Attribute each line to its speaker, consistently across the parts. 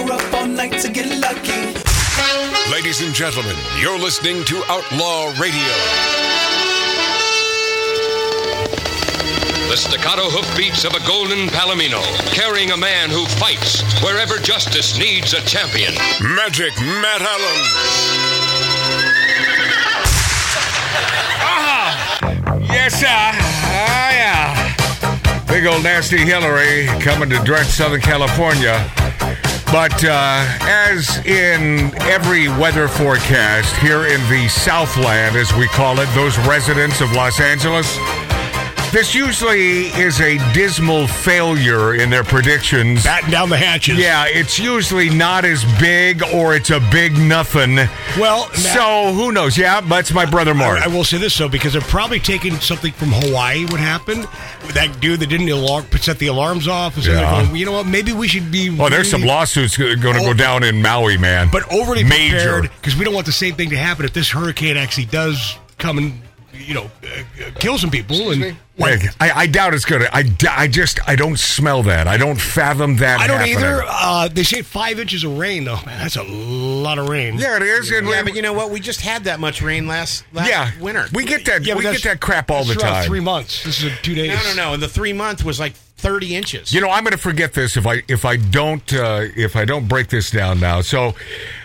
Speaker 1: night to get lucky.
Speaker 2: Ladies and gentlemen, you're listening to Outlaw Radio.
Speaker 3: The staccato hoofbeats of a golden palomino, carrying a man who fights wherever justice needs a champion.
Speaker 2: Magic Matt Allen.
Speaker 4: Ah, Yes, sir. Ah, yeah. Big old nasty Hillary coming to direct Southern California. But uh, as in every weather forecast here in the Southland, as we call it, those residents of Los Angeles, this usually is a dismal failure in their predictions.
Speaker 5: Batten down the hatches.
Speaker 4: yeah, it's usually not as big or it's a big nothing.
Speaker 5: Well, Matt-
Speaker 4: so who knows? Yeah, that's my brother Mark.
Speaker 5: I will say this though, because they're probably taking something from Hawaii. What happened? That dude that didn't alarm, set the alarms off. And
Speaker 4: Yeah.
Speaker 5: yeah. going, you know what? Maybe we should be.
Speaker 4: Oh, there's some
Speaker 5: really-
Speaker 4: lawsuits going to go
Speaker 5: Oh.
Speaker 4: down in Maui, man.
Speaker 5: but overly
Speaker 4: Major.
Speaker 5: prepared because we don't want the same thing to happen if this hurricane actually does come and you know uh, uh, kill some people and
Speaker 4: Like, I, I doubt it's going to. I, d- I just I don't smell that. I don't fathom that.
Speaker 5: I don't
Speaker 4: happening.
Speaker 5: either. Uh, they say five inches of rain though. Man, that's a lot of rain.
Speaker 4: Yeah, it is. and
Speaker 6: Yeah,
Speaker 4: we-
Speaker 6: but you know what? We just had that much rain last, last
Speaker 4: yeah,
Speaker 6: winter.
Speaker 4: We get that.
Speaker 5: Yeah, but
Speaker 4: we get
Speaker 5: that's-
Speaker 4: that crap all the
Speaker 5: that's throughout
Speaker 4: time.
Speaker 5: Three months. This is a two days.
Speaker 6: no, no, no. And the three month was like thirty inches.
Speaker 4: You know, I'm going to forget this if I if I don't uh, if I don't break this down now. So.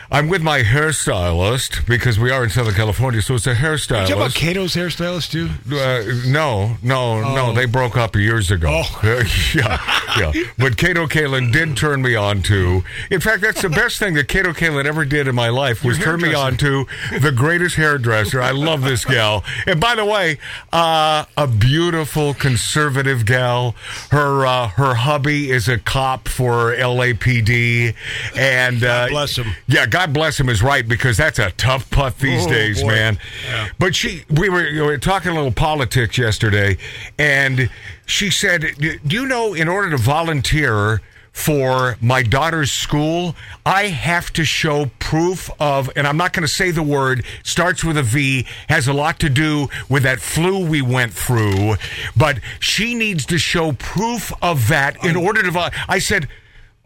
Speaker 4: I'm with my hairstylist because we are in Southern California, so it's a hairstylist.
Speaker 5: Did you talk about Cato's hairstylist too?
Speaker 4: Uh, no, no,
Speaker 5: Oh.
Speaker 4: no. They broke up years ago. Uh, yeah, yeah. But Kato Kalin did turn me on to. In fact, that's the best thing that Kato Kalin ever did in my life was turn me on to the greatest hairdresser. I love this gal. And by the way, uh, a beautiful conservative gal. Her uh, her hubby is a cop for LAPD, and uh,
Speaker 5: bless him.
Speaker 4: yeah, God bless him is right because that's a tough putt these
Speaker 5: Oh,
Speaker 4: days,
Speaker 5: boy.
Speaker 4: man. But she, we were, we were talking a little politics yesterday, and she said, "Do do you know in order to volunteer?" For my daughter's school, I have to show proof of, and I'm not going to say the word, starts with a V, has a lot to do with that flu we went through, but she needs to show proof of that in order to. Vol- I said,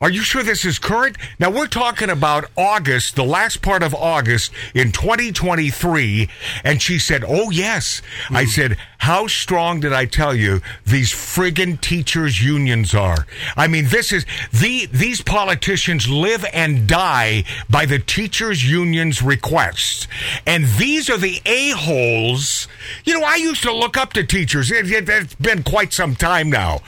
Speaker 4: are you sure this is current? Now we're talking about August, the last part of August in 2023. And she said, Oh, yes. I said, How strong did I tell you these friggin' teachers' unions are? I mean, this is the, these politicians live and die by the teachers' unions' requests. And these are the a-holes. You know, I used to look up to teachers. It, it, it's been quite some time now.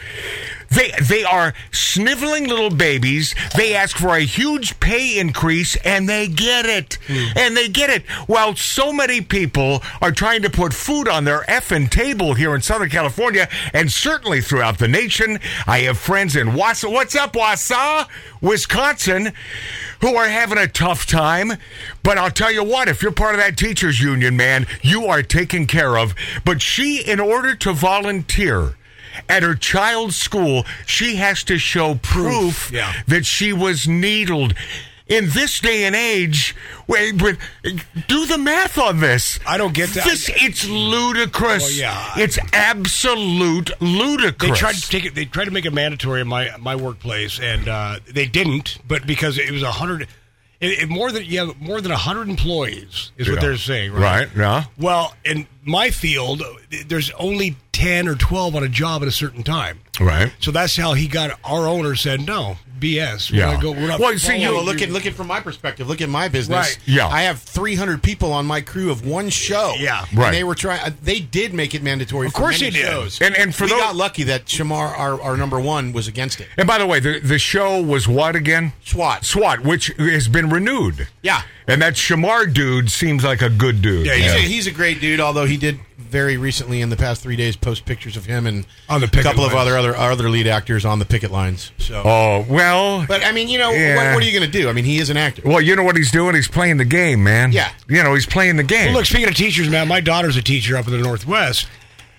Speaker 4: They they are sniveling little babies. They ask for a huge pay increase and they get it. And they get it. While so many people are trying to put food on their effing table here in Southern California and certainly throughout the nation. I have friends in Wasa. What's up, Wasa? Wisconsin who are having a tough time. But I'll tell you what, if you're part of that teachers union, man, you are taken care of. But she in order to volunteer at her child's school, she has to show proof,
Speaker 5: yeah.
Speaker 4: that she was needled. In this day and age, wait, but do the math on this.
Speaker 5: I don't get that.
Speaker 4: This it's ludicrous.
Speaker 5: Well, yeah.
Speaker 4: It's absolute ludicrous.
Speaker 5: They tried to take it. They tried to make it mandatory in my my workplace, and uh, they didn't. But because it was a hundred, it, it more than yeah, more than a hundred employees is
Speaker 4: Yeah.
Speaker 5: what they're saying,
Speaker 4: right.
Speaker 5: right?
Speaker 4: Yeah.
Speaker 5: Well, in my field, there's only ten or twelve on a job at a certain time.
Speaker 4: Right.
Speaker 5: So that's how he got our owner said no BS. We're
Speaker 4: Yeah.
Speaker 5: gonna go- we're not
Speaker 4: Well, see, you-
Speaker 5: following
Speaker 4: Well,
Speaker 6: Well, look at look at from my perspective. Look at my business.
Speaker 5: Right.
Speaker 4: Yeah.
Speaker 6: I have 300 people on my crew of one show.
Speaker 5: Yeah.
Speaker 4: Right.
Speaker 6: And they were trying. They did make it mandatory. Of
Speaker 5: course
Speaker 6: for many
Speaker 5: they did.
Speaker 6: Shows.
Speaker 4: And- and for
Speaker 6: we
Speaker 4: tho-
Speaker 6: got lucky that Shamar, our, our number one, was against it.
Speaker 4: And by the way, the, the show was what again?
Speaker 6: SWAT.
Speaker 4: SWAT, which has been renewed.
Speaker 6: Yeah.
Speaker 4: And that Shamar dude seems like a good dude.
Speaker 5: Yeah,
Speaker 6: He's,
Speaker 5: yeah.
Speaker 6: a, he's a great dude, although he did very recently in the past three days post pictures of him and
Speaker 5: On the
Speaker 6: a
Speaker 5: picket
Speaker 6: couple of
Speaker 5: lines.
Speaker 6: other other other lead actors on the picket lines. So,
Speaker 4: Oh, well.
Speaker 6: but I mean, you know,
Speaker 4: Yeah.
Speaker 6: what, what are you going to do? I mean, he is an actor.
Speaker 4: well, you know what he's doing? He's playing the game, man.
Speaker 6: Yeah.
Speaker 4: You know, he's playing the game.
Speaker 5: Well, look, speaking of teachers, man, my daughter's a teacher up in the Northwest,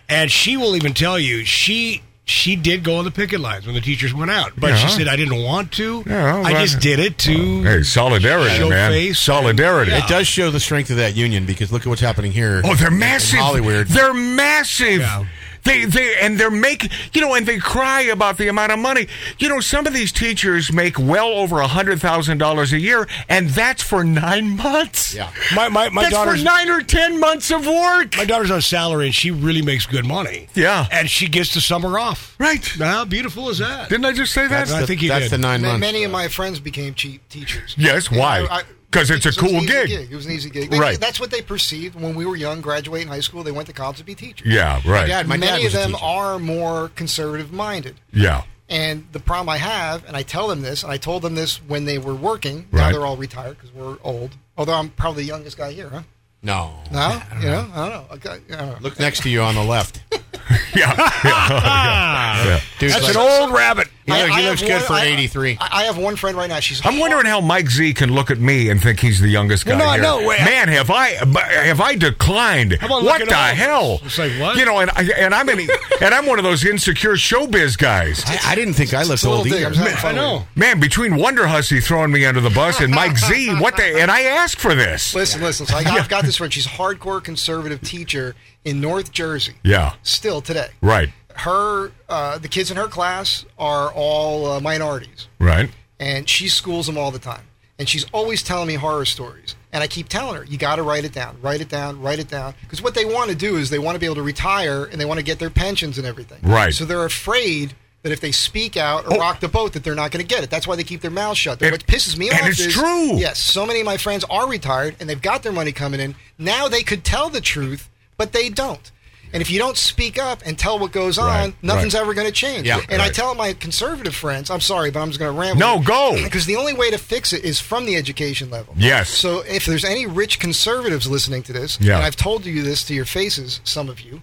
Speaker 5: and she will even tell you she she did go on the picket lines when the teachers went out, but
Speaker 4: Yeah.
Speaker 5: she said I didn't want to.
Speaker 4: Yeah, well,
Speaker 5: I just did it to.
Speaker 4: hey, solidarity,
Speaker 5: Show
Speaker 4: man.
Speaker 5: face.
Speaker 4: Solidarity.
Speaker 6: It does show the strength of that union because look at what's happening here.
Speaker 4: Oh, they're
Speaker 6: in- in
Speaker 4: massive.
Speaker 6: Hollywood.
Speaker 4: They're massive.
Speaker 5: Yeah.
Speaker 4: They they and they're making you know, and they cry about the amount of money. You know, some of these teachers make well over a hundred thousand dollars a year, and that's for nine months.
Speaker 6: Yeah.
Speaker 5: My my my
Speaker 4: that's for
Speaker 5: daughter's
Speaker 4: nine or ten months of work.
Speaker 5: my daughter's on salary and she really makes good money.
Speaker 4: Yeah.
Speaker 5: and she gets the summer off.
Speaker 4: Right.
Speaker 5: How beautiful is that?
Speaker 4: Didn't I just say that?
Speaker 5: I
Speaker 6: the-
Speaker 5: think you
Speaker 6: that's
Speaker 5: did.
Speaker 6: the nine
Speaker 1: Ma-
Speaker 6: months.
Speaker 1: Many of my friends became cheap teachers.
Speaker 4: Yes,
Speaker 1: You
Speaker 4: why?
Speaker 1: know, I-
Speaker 4: 'Cause it's a
Speaker 1: because it was
Speaker 4: cool
Speaker 1: an easy
Speaker 4: gig.
Speaker 1: It was an easy gig. They-
Speaker 4: Right.
Speaker 1: That's what they perceived when we were young, graduating high school. They went to college to be teachers.
Speaker 4: yeah, right.
Speaker 6: dad- my
Speaker 1: Many
Speaker 6: was
Speaker 1: of
Speaker 6: a
Speaker 1: them
Speaker 6: teacher.
Speaker 1: are more conservative minded.
Speaker 4: yeah.
Speaker 1: And the problem I have, and I tell them this, and I told them this when they were working.
Speaker 4: Right.
Speaker 1: Now they're all retired because we're old. Although I'm probably the youngest guy here, huh?
Speaker 6: No.
Speaker 1: No, you know, I don't know. I got- I don't know.
Speaker 6: Look next to you on the left.
Speaker 4: Yeah. yeah. yeah.
Speaker 6: Dude's
Speaker 5: That's
Speaker 6: like-
Speaker 5: an old rabbit.
Speaker 6: He,
Speaker 1: I-
Speaker 6: look- he
Speaker 1: I
Speaker 6: looks
Speaker 1: have
Speaker 6: good
Speaker 1: one-
Speaker 6: for
Speaker 1: I-
Speaker 6: 83.
Speaker 1: I, I have one friend right now. She's.
Speaker 4: I'm wondering how Mike Z can look at me and think he's the youngest guy
Speaker 5: Well, no,
Speaker 4: here.
Speaker 5: no, wait, I-
Speaker 4: Man, have I but have I declined?
Speaker 5: about
Speaker 4: What
Speaker 5: looking
Speaker 4: the
Speaker 5: over?
Speaker 4: hell?
Speaker 5: It's like, what?
Speaker 4: You know, and I, and I'm an, and I'm one of those insecure showbiz guys.
Speaker 6: I, I didn't think I looked
Speaker 1: a little
Speaker 6: old
Speaker 1: dig.
Speaker 6: either.
Speaker 1: I was having
Speaker 5: I
Speaker 1: fun with
Speaker 5: know.
Speaker 1: it.
Speaker 4: Man, between Wonder Hussy throwing me under the bus and Mike Z, what the and I asked for this.
Speaker 1: Listen, listen. So I got, I've got this friend. She's a hardcore conservative teacher in North Jersey.
Speaker 4: Yeah.
Speaker 1: Still today.
Speaker 4: Right.
Speaker 1: Her, uh, the kids in her class are all uh, minorities,
Speaker 4: Right.
Speaker 1: and she schools them all the time. And she's always telling me horror stories. And I keep telling her, you got to write it down, write it down, write it down. Because what they want to do is they want to be able to retire and they want to get their pensions and everything.
Speaker 4: Right.
Speaker 1: So they're afraid that if they speak out or
Speaker 4: Oh.
Speaker 1: rock the boat, that they're not going to get it. That's why they keep their mouths shut.
Speaker 4: And-
Speaker 1: what pisses me
Speaker 4: and
Speaker 1: off
Speaker 4: it's
Speaker 1: is,
Speaker 4: true.
Speaker 1: Yes, so many of my friends are retired and they've got their money coming in. Now they could tell the truth, but they don't. And if you don't speak up and tell what goes on,
Speaker 4: Right,
Speaker 1: nothing's
Speaker 4: right.
Speaker 1: ever going to change.
Speaker 6: Yeah,
Speaker 1: and I
Speaker 4: right.
Speaker 1: tell my conservative friends, I'm sorry, but I'm just going to ramble.
Speaker 4: No, go.
Speaker 1: Because the only way to fix it is from the education level.
Speaker 4: Yes.
Speaker 1: So if there's any rich conservatives listening to this,
Speaker 4: Yeah.
Speaker 1: and I've told you this to your faces, some of you,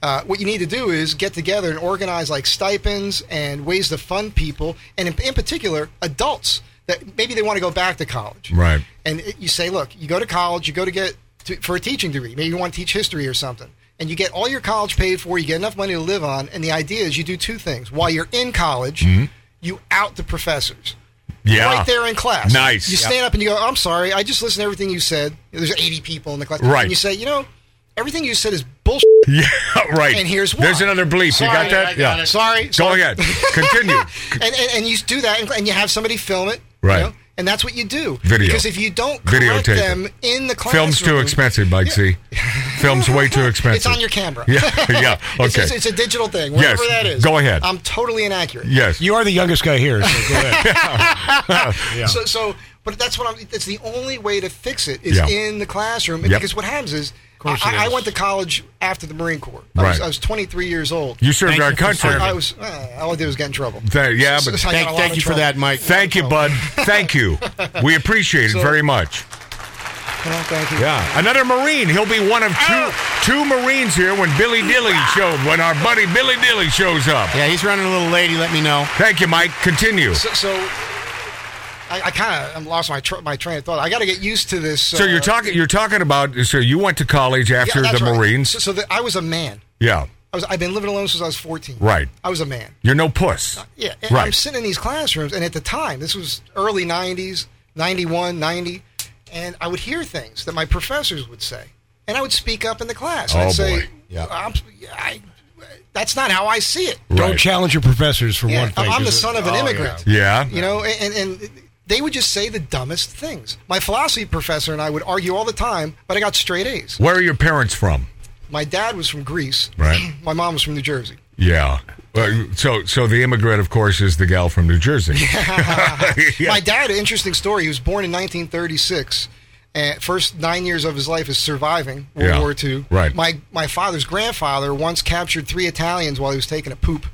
Speaker 1: uh, what you need to do is get together and organize like stipends and ways to fund people, and in, in particular, adults that maybe they want to go back to college.
Speaker 4: Right.
Speaker 1: And it, you say, look, you go to college, you go to get to, for a teaching degree. Maybe you want to teach history or something. And you get all your college paid for, you get enough money to live on, and the idea is you do two things. While you're in college,
Speaker 4: Mm-hmm.
Speaker 1: you out the professors
Speaker 4: Yeah.
Speaker 1: right there in class.
Speaker 4: Nice.
Speaker 1: You stand up and you go, I'm sorry, I just listened to everything you said. There's 80 people in the class.
Speaker 4: Right.
Speaker 1: And you say, you know, everything you said is bullshit.
Speaker 4: Yeah, right.
Speaker 1: And here's
Speaker 4: There's
Speaker 1: why.
Speaker 4: another bleep. you
Speaker 1: Sorry,
Speaker 4: got that?
Speaker 1: I got it. Sorry,
Speaker 4: Go
Speaker 1: sorry.
Speaker 4: ahead. Continue.
Speaker 1: And, and, and you do that and, and you have somebody film it. you
Speaker 4: Right.
Speaker 1: know, and that's what you do.
Speaker 4: Video.
Speaker 1: Because if you don't correct
Speaker 4: Videotape it.
Speaker 1: them in the classroom.
Speaker 4: Film's too expensive, Mike Z. Film's way too expensive.
Speaker 1: It's on your camera.
Speaker 4: Yeah, yeah. Okay.
Speaker 1: It's, it's, it's a digital thing. Whatever
Speaker 4: Yes,
Speaker 1: that is.
Speaker 4: go ahead.
Speaker 1: I'm totally inaccurate.
Speaker 4: yes.
Speaker 5: You are the youngest guy here. So go ahead.
Speaker 1: So, so, but that's what I'm. That's the only way to fix it is
Speaker 4: Yeah.
Speaker 1: in the classroom. And
Speaker 4: Yep.
Speaker 1: Because what happens is, I,
Speaker 5: course it
Speaker 1: I
Speaker 5: is.
Speaker 1: went to college after the Marine Corps. I, was,
Speaker 4: Right.
Speaker 1: I was 23 years old.
Speaker 4: You served
Speaker 6: Thank
Speaker 4: our
Speaker 6: you for
Speaker 4: country.
Speaker 6: serving.
Speaker 1: I was. Uh, all I did was get in trouble.
Speaker 4: Thank- yeah,
Speaker 1: So-
Speaker 4: but-
Speaker 1: so I got a
Speaker 6: Thank,
Speaker 1: lot
Speaker 6: thank
Speaker 1: of
Speaker 6: you for
Speaker 1: trouble.
Speaker 6: that, Mike.
Speaker 4: Thank you, bud. Thank you. We appreciate it
Speaker 1: So-
Speaker 4: very much.
Speaker 1: Well, thank you.
Speaker 4: Yeah. Another Marine. He'll be one of two
Speaker 1: Ah.
Speaker 4: two Marines here when Billy Dilly showed when our buddy Billy Dilly shows up.
Speaker 6: Yeah, he's running a little lady. Let me know.
Speaker 4: Thank you, Mike. Continue.
Speaker 1: So, so I, I kind of I'm lost my tr- my train of thought. I got to get used to this. uh,
Speaker 4: So you're talking you're talking about so you went to college after the Marines.
Speaker 1: So, so that I was a man.
Speaker 4: Yeah.
Speaker 1: I was. I've been living alone since I was 14.
Speaker 4: Right.
Speaker 1: I was a man.
Speaker 4: You're no puss.
Speaker 1: Yeah, and I'm
Speaker 4: Right.
Speaker 1: sitting in these classrooms, and at the time, this was early 90s, 91, 90, and I would hear things that my professors would say, and I would speak up in the class. and
Speaker 4: Oh,
Speaker 1: I'd say,
Speaker 4: boy.
Speaker 6: Yeah.
Speaker 1: I'm, I, that's not how I see it.
Speaker 5: Don't
Speaker 4: Right.
Speaker 5: challenge your professors for
Speaker 1: Yeah,
Speaker 5: one thing.
Speaker 1: I'm the
Speaker 5: 'cause-
Speaker 1: son of
Speaker 5: Oh,
Speaker 1: an
Speaker 5: yeah.
Speaker 1: immigrant.
Speaker 4: Yeah.
Speaker 1: You know, and, and they would just say the dumbest things. My philosophy professor and I would argue all the time, but I got straight A's.
Speaker 4: Where are your parents from?
Speaker 1: My dad was from Greece.
Speaker 4: Right.
Speaker 1: my mom was from New Jersey.
Speaker 4: Yeah. Well, so so the immigrant, of course, is the gal from New Jersey. Yeah.
Speaker 1: My dad, an interesting story. He was born in 1936. And first nine years of his life is surviving World
Speaker 4: Yeah,
Speaker 1: War II.
Speaker 4: right.
Speaker 1: My my father's grandfather once captured three Italians while he was taking a poop.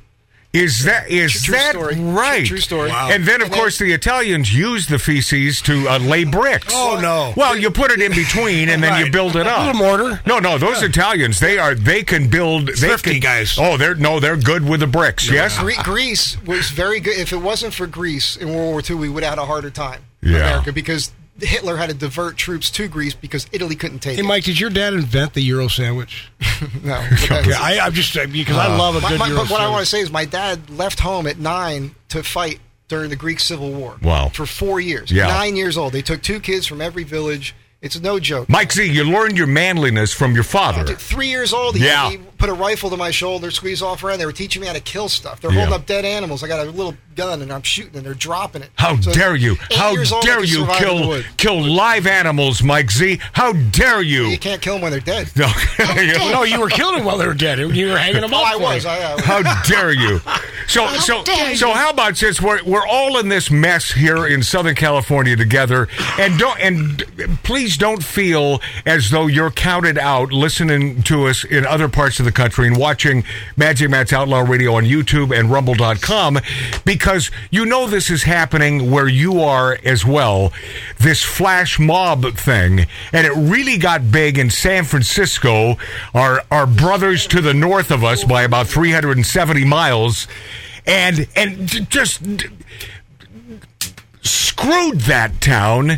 Speaker 4: Is that is
Speaker 1: True
Speaker 4: that
Speaker 1: story.
Speaker 4: right?
Speaker 1: True story. Wow.
Speaker 4: And then, of
Speaker 1: And then-
Speaker 4: course, the Italians used the feces to uh, lay bricks.
Speaker 5: Oh, no.
Speaker 4: Well, you put it in between, and then you
Speaker 5: Right.
Speaker 4: build it
Speaker 5: A
Speaker 4: up.
Speaker 5: little mortar.
Speaker 4: No, no, those Italians, they are they can build. They can-
Speaker 5: Thrifty guys.
Speaker 4: Oh, they're no, they're good with the bricks. Yes.
Speaker 1: Gre- Greece was very good. If it wasn't for Greece in World War II, we would have had a harder time.
Speaker 4: Yeah.
Speaker 1: America because Hitler had to divert troops to Greece because Italy couldn't take
Speaker 5: Hey, Mike, did your dad invent the Euro sandwich?
Speaker 1: it. No. but that's-
Speaker 5: Yeah, I, I'm just uh, because I
Speaker 4: Uh,
Speaker 5: love a
Speaker 1: My-
Speaker 5: good
Speaker 1: my-
Speaker 5: Euro
Speaker 1: but what I want to
Speaker 5: sandwich.
Speaker 1: say is, my dad left home at nine to fight during the Greek Civil War.
Speaker 4: Wow.
Speaker 1: For four years.
Speaker 4: Yeah.
Speaker 1: Nine years old. They took two kids from every village It's no joke.
Speaker 4: Mike Z, you learned your manliness from your father.
Speaker 1: Three years old, he,
Speaker 4: Yeah.
Speaker 1: he put a rifle to my shoulder, squeeze off around. They were teaching me how to kill stuff. They're
Speaker 4: Yeah.
Speaker 1: holding up dead animals. I got a little gun and I'm shooting and they're dropping it.
Speaker 4: How
Speaker 1: So,
Speaker 4: dare you?
Speaker 1: eight
Speaker 4: How
Speaker 1: years old, I
Speaker 4: dare
Speaker 1: could
Speaker 4: you
Speaker 1: survive in the
Speaker 4: kill
Speaker 1: woods.
Speaker 4: kill live animals, Mike Z? How dare you?
Speaker 1: You can't kill them when they're dead.
Speaker 4: No,
Speaker 5: No, Oh, you were killing them while they were dead. You were hanging them
Speaker 1: Oh,
Speaker 5: up.
Speaker 1: I
Speaker 5: for
Speaker 1: was.
Speaker 5: it.
Speaker 1: I, I was.
Speaker 4: How dare you? So so
Speaker 7: dare
Speaker 4: so how about since we're we're all in this mess here in Southern California together and don't and please don't feel as though you're counted out listening to us in other parts of the country and watching Magic Matt's Outlaw Radio on YouTube and rumble.com because you know this is happening where you are as well. This flash mob thing and it really got big in San Francisco our our brothers to the north of us by about 370 miles and and j- just d- screwed that town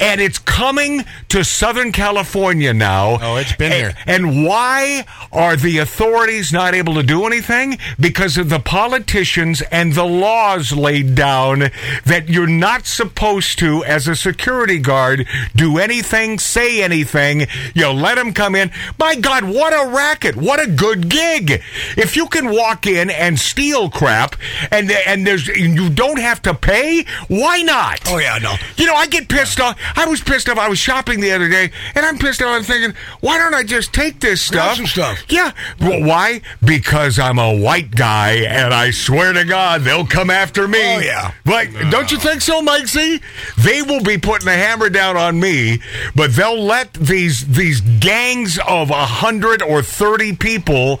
Speaker 4: and it's coming to southern california now
Speaker 6: Oh, it's been
Speaker 4: and,
Speaker 6: here.
Speaker 4: and why are the authorities not able to do anything because of the politicians and the laws laid down that you're not supposed to as a security guard do anything say anything you let them come in my god what a racket what a good gig if you can walk in and steal crap and and there's you don't have to pay why not
Speaker 5: Oh, yeah, no.
Speaker 4: you know, I get pissed off. I was pissed off. I was shopping the other day, and I'm pissed off. I'm thinking, why don't I just take this stuff?
Speaker 5: Grab some stuff.
Speaker 4: Yeah. Well, why? Because I'm a white guy, and I swear to God, they'll come after me.
Speaker 5: Oh, yeah.
Speaker 4: Right? Don't you think so, Mike Z? They will be putting a hammer down on me, but they'll let these these gangs of a hundred or thirty people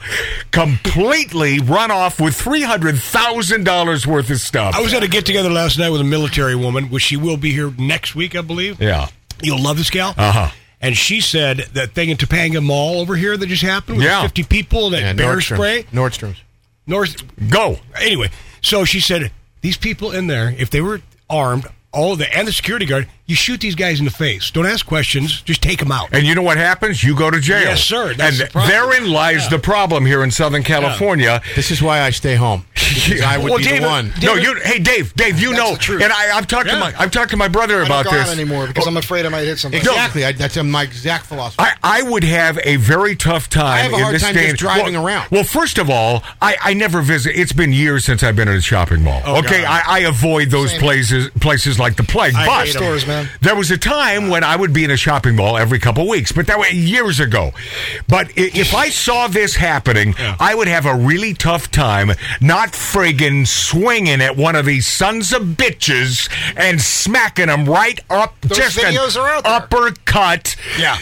Speaker 4: completely run off with three hundred thousand dollars worth of stuff.
Speaker 5: I was at a get together last night with a military woman, which she will be here next week, I believe.
Speaker 4: yeah.
Speaker 5: You'll love this gal.
Speaker 4: Uh-huh.
Speaker 5: And she said that thing in Topanga Mall over here that just happened with
Speaker 4: Yeah.
Speaker 5: 50 people, that
Speaker 6: Yeah,
Speaker 5: bear
Speaker 6: Nordstrom.
Speaker 5: spray.
Speaker 6: Nordstrom's.
Speaker 5: North.
Speaker 4: Go.
Speaker 5: Anyway, so she said, these people in there, if they were armed, all of the, and the security guard, you shoot these guys in the face. Don't ask questions, just take them out.
Speaker 4: And you know what happens? You go to jail.
Speaker 5: Yes, sir. That's
Speaker 4: and
Speaker 5: the problem.
Speaker 4: therein lies the problem here in Southern California.
Speaker 6: This is why I stay home. Because I would
Speaker 4: Well,
Speaker 6: be
Speaker 4: David-
Speaker 6: the one.
Speaker 4: No, you. Hey, Dave. Dave, you
Speaker 1: Oh, That's
Speaker 4: know.
Speaker 1: the truth.
Speaker 4: And I, I've talked to
Speaker 5: Yeah.
Speaker 4: my. I've talked to my brother
Speaker 1: I don't
Speaker 4: about
Speaker 1: go
Speaker 4: this
Speaker 1: on anymore because I'm afraid I might hit somebody.
Speaker 6: Exactly. I, that's my exact philosophy.
Speaker 4: I, I would have a very tough time.
Speaker 6: I have a
Speaker 4: in
Speaker 6: hard
Speaker 4: this
Speaker 6: time
Speaker 4: day
Speaker 6: just
Speaker 4: and-
Speaker 6: driving
Speaker 4: well,
Speaker 6: around.
Speaker 4: Well, first of all, I, I never visit. It's been years since I've been in a shopping mall. okay, I, I avoid those
Speaker 1: Same.
Speaker 4: places places like the plague.
Speaker 5: I
Speaker 4: but
Speaker 5: hate 'em. Stores,
Speaker 1: man.
Speaker 4: there was a time when I would be in a shopping mall every couple weeks, but that was years ago. But i- if I saw this happening, I would have a really tough time not friggin' swinging at one of these sons of bitches and smacking them right up.
Speaker 1: Those
Speaker 4: just an
Speaker 1: videos are out there.
Speaker 4: uppercut.
Speaker 5: Yeah.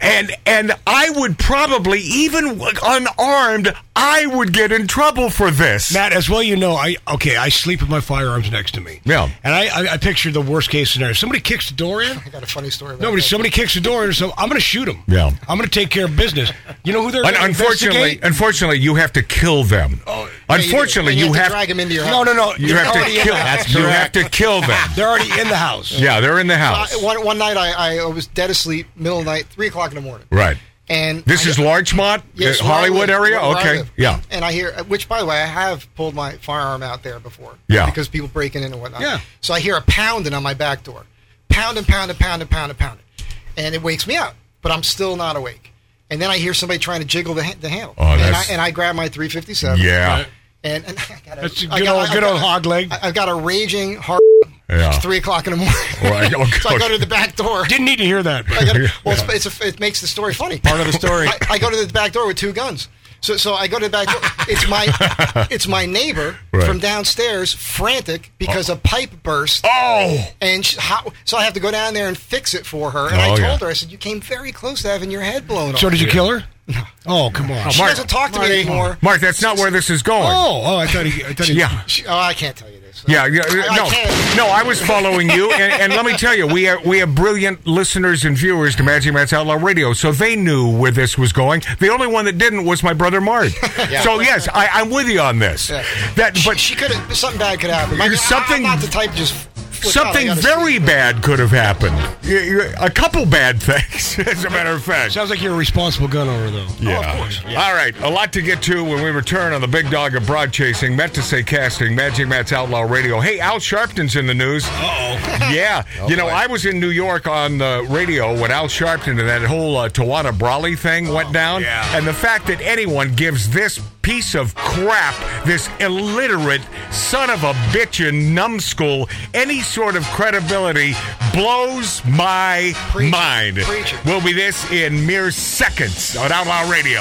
Speaker 4: And and I would probably even unarmed, I would get in trouble for this.
Speaker 5: Matt, as well you know, I okay, I sleep with my firearms next to me.
Speaker 4: Yeah.
Speaker 5: And I, I, I picture the worst case scenario. Somebody kicks the door in.
Speaker 1: I got a funny story about
Speaker 5: Nobody,
Speaker 1: that.
Speaker 5: somebody kicks the door in, so I'm going to shoot them.
Speaker 4: Yeah.
Speaker 5: I'm going to take care of business. You know who they're
Speaker 4: Un-
Speaker 5: gonna
Speaker 4: unfortunately, uh,
Speaker 5: investigate?
Speaker 4: unfortunately, you have to kill them.
Speaker 1: Oh, Yeah, you do.
Speaker 4: unfortunately,
Speaker 1: And
Speaker 4: you,
Speaker 1: to
Speaker 4: have
Speaker 1: drag him into your
Speaker 5: No,
Speaker 1: house.
Speaker 5: no, no.
Speaker 4: you
Speaker 5: They're
Speaker 4: have to
Speaker 5: already in
Speaker 4: kill.
Speaker 5: the house.
Speaker 4: you have to kill them.
Speaker 5: They're already in the house.
Speaker 4: yeah, they're in the house.
Speaker 1: I, one, one night I, I was dead asleep, middle of the night, three o'clock in the morning.
Speaker 4: right.
Speaker 1: And
Speaker 4: This
Speaker 1: I-
Speaker 4: is Larchmont,
Speaker 1: Yes,
Speaker 4: uh,
Speaker 1: where I
Speaker 4: Hollywood
Speaker 1: live,
Speaker 4: area.
Speaker 1: where I
Speaker 4: Okay.
Speaker 1: live.
Speaker 4: Yeah.
Speaker 1: And I hear, which by the way, I have pulled my firearm out there before.
Speaker 4: Yeah.
Speaker 1: Because people breaking in and whatnot.
Speaker 5: Yeah.
Speaker 1: So I hear a pounding on my back door, pounding, pounding, pounding, pounding, pounding, and it wakes me up, but I'm still not awake. And then I hear somebody trying to jiggle the, ha- the handle,
Speaker 4: Oh,
Speaker 1: and, I,
Speaker 4: that's-
Speaker 1: and I grab my 357.
Speaker 4: Yeah.
Speaker 1: And, and I got a,
Speaker 5: That's a
Speaker 1: I
Speaker 5: good
Speaker 1: got-
Speaker 5: old-
Speaker 1: I
Speaker 5: good
Speaker 1: got
Speaker 5: old
Speaker 1: a-
Speaker 5: hog leg.
Speaker 1: I- I've got a raging heart.
Speaker 4: Yeah.
Speaker 1: It's three o'clock in the morning.
Speaker 4: Right, oh,
Speaker 1: so I
Speaker 4: God.
Speaker 1: go to the back door.
Speaker 5: Didn't need to hear that.
Speaker 1: I
Speaker 5: But
Speaker 1: got well, it's, it's a, it makes the story funny.
Speaker 6: Part of the story.
Speaker 1: I, I go to the back door with two guns. So, so I go to the back door. It's my it's my neighbor
Speaker 4: Right.
Speaker 1: from downstairs, frantic because a pipe burst.
Speaker 4: Oh.
Speaker 1: And she, how, so I have to go down there and fix it for her. And I
Speaker 4: Oh,
Speaker 1: told
Speaker 4: yeah.
Speaker 1: her, I said, "You came very close to having your head blown off."
Speaker 5: so did you kill her? Oh, come on.
Speaker 1: she doesn't talk to me anymore.
Speaker 4: Mark, that's not where this is going.
Speaker 5: Oh, oh, I thought he. I thought he
Speaker 4: Yeah.
Speaker 1: She- oh, I can't tell you this.
Speaker 4: Yeah, yeah,
Speaker 1: I- I
Speaker 4: no,
Speaker 1: can't.
Speaker 4: no. I was following you, and, and let me tell you, we have we have brilliant listeners and viewers to Magic Matt's Outlaw Radio, so they knew where this was going. The only one that didn't was my brother Mark. So yes, I, I'm with you on this. That,
Speaker 1: She-
Speaker 4: but
Speaker 1: she could have something bad could happen. I mean, I-
Speaker 4: Something-
Speaker 1: I'm not the type to just flip out. I
Speaker 4: Something
Speaker 1: gotta
Speaker 4: very
Speaker 1: see.
Speaker 4: bad could have happened. You- you- A couple bad things, as a matter of fact.
Speaker 5: Sounds like you're a responsible gun owner, though.
Speaker 4: Yeah. All right. A lot to get to when we return on the Big Dog of Broad Chasing, meant to say casting, Magic Matt's Outlaw Radio. Hey, Al Sharpton's in the news. oh. yeah. you know, I was in New York on the radio when Al Sharpton and that whole uh, Tawana Brawley thing went down.
Speaker 5: yeah.
Speaker 4: And the fact that anyone gives this piece of crap, this illiterate son of a bitch and numbskull, any sort of credibility blows my
Speaker 1: Preach it.
Speaker 4: mind.
Speaker 1: Preach it.
Speaker 4: We'll be this in mere seconds on Outlaw Radio.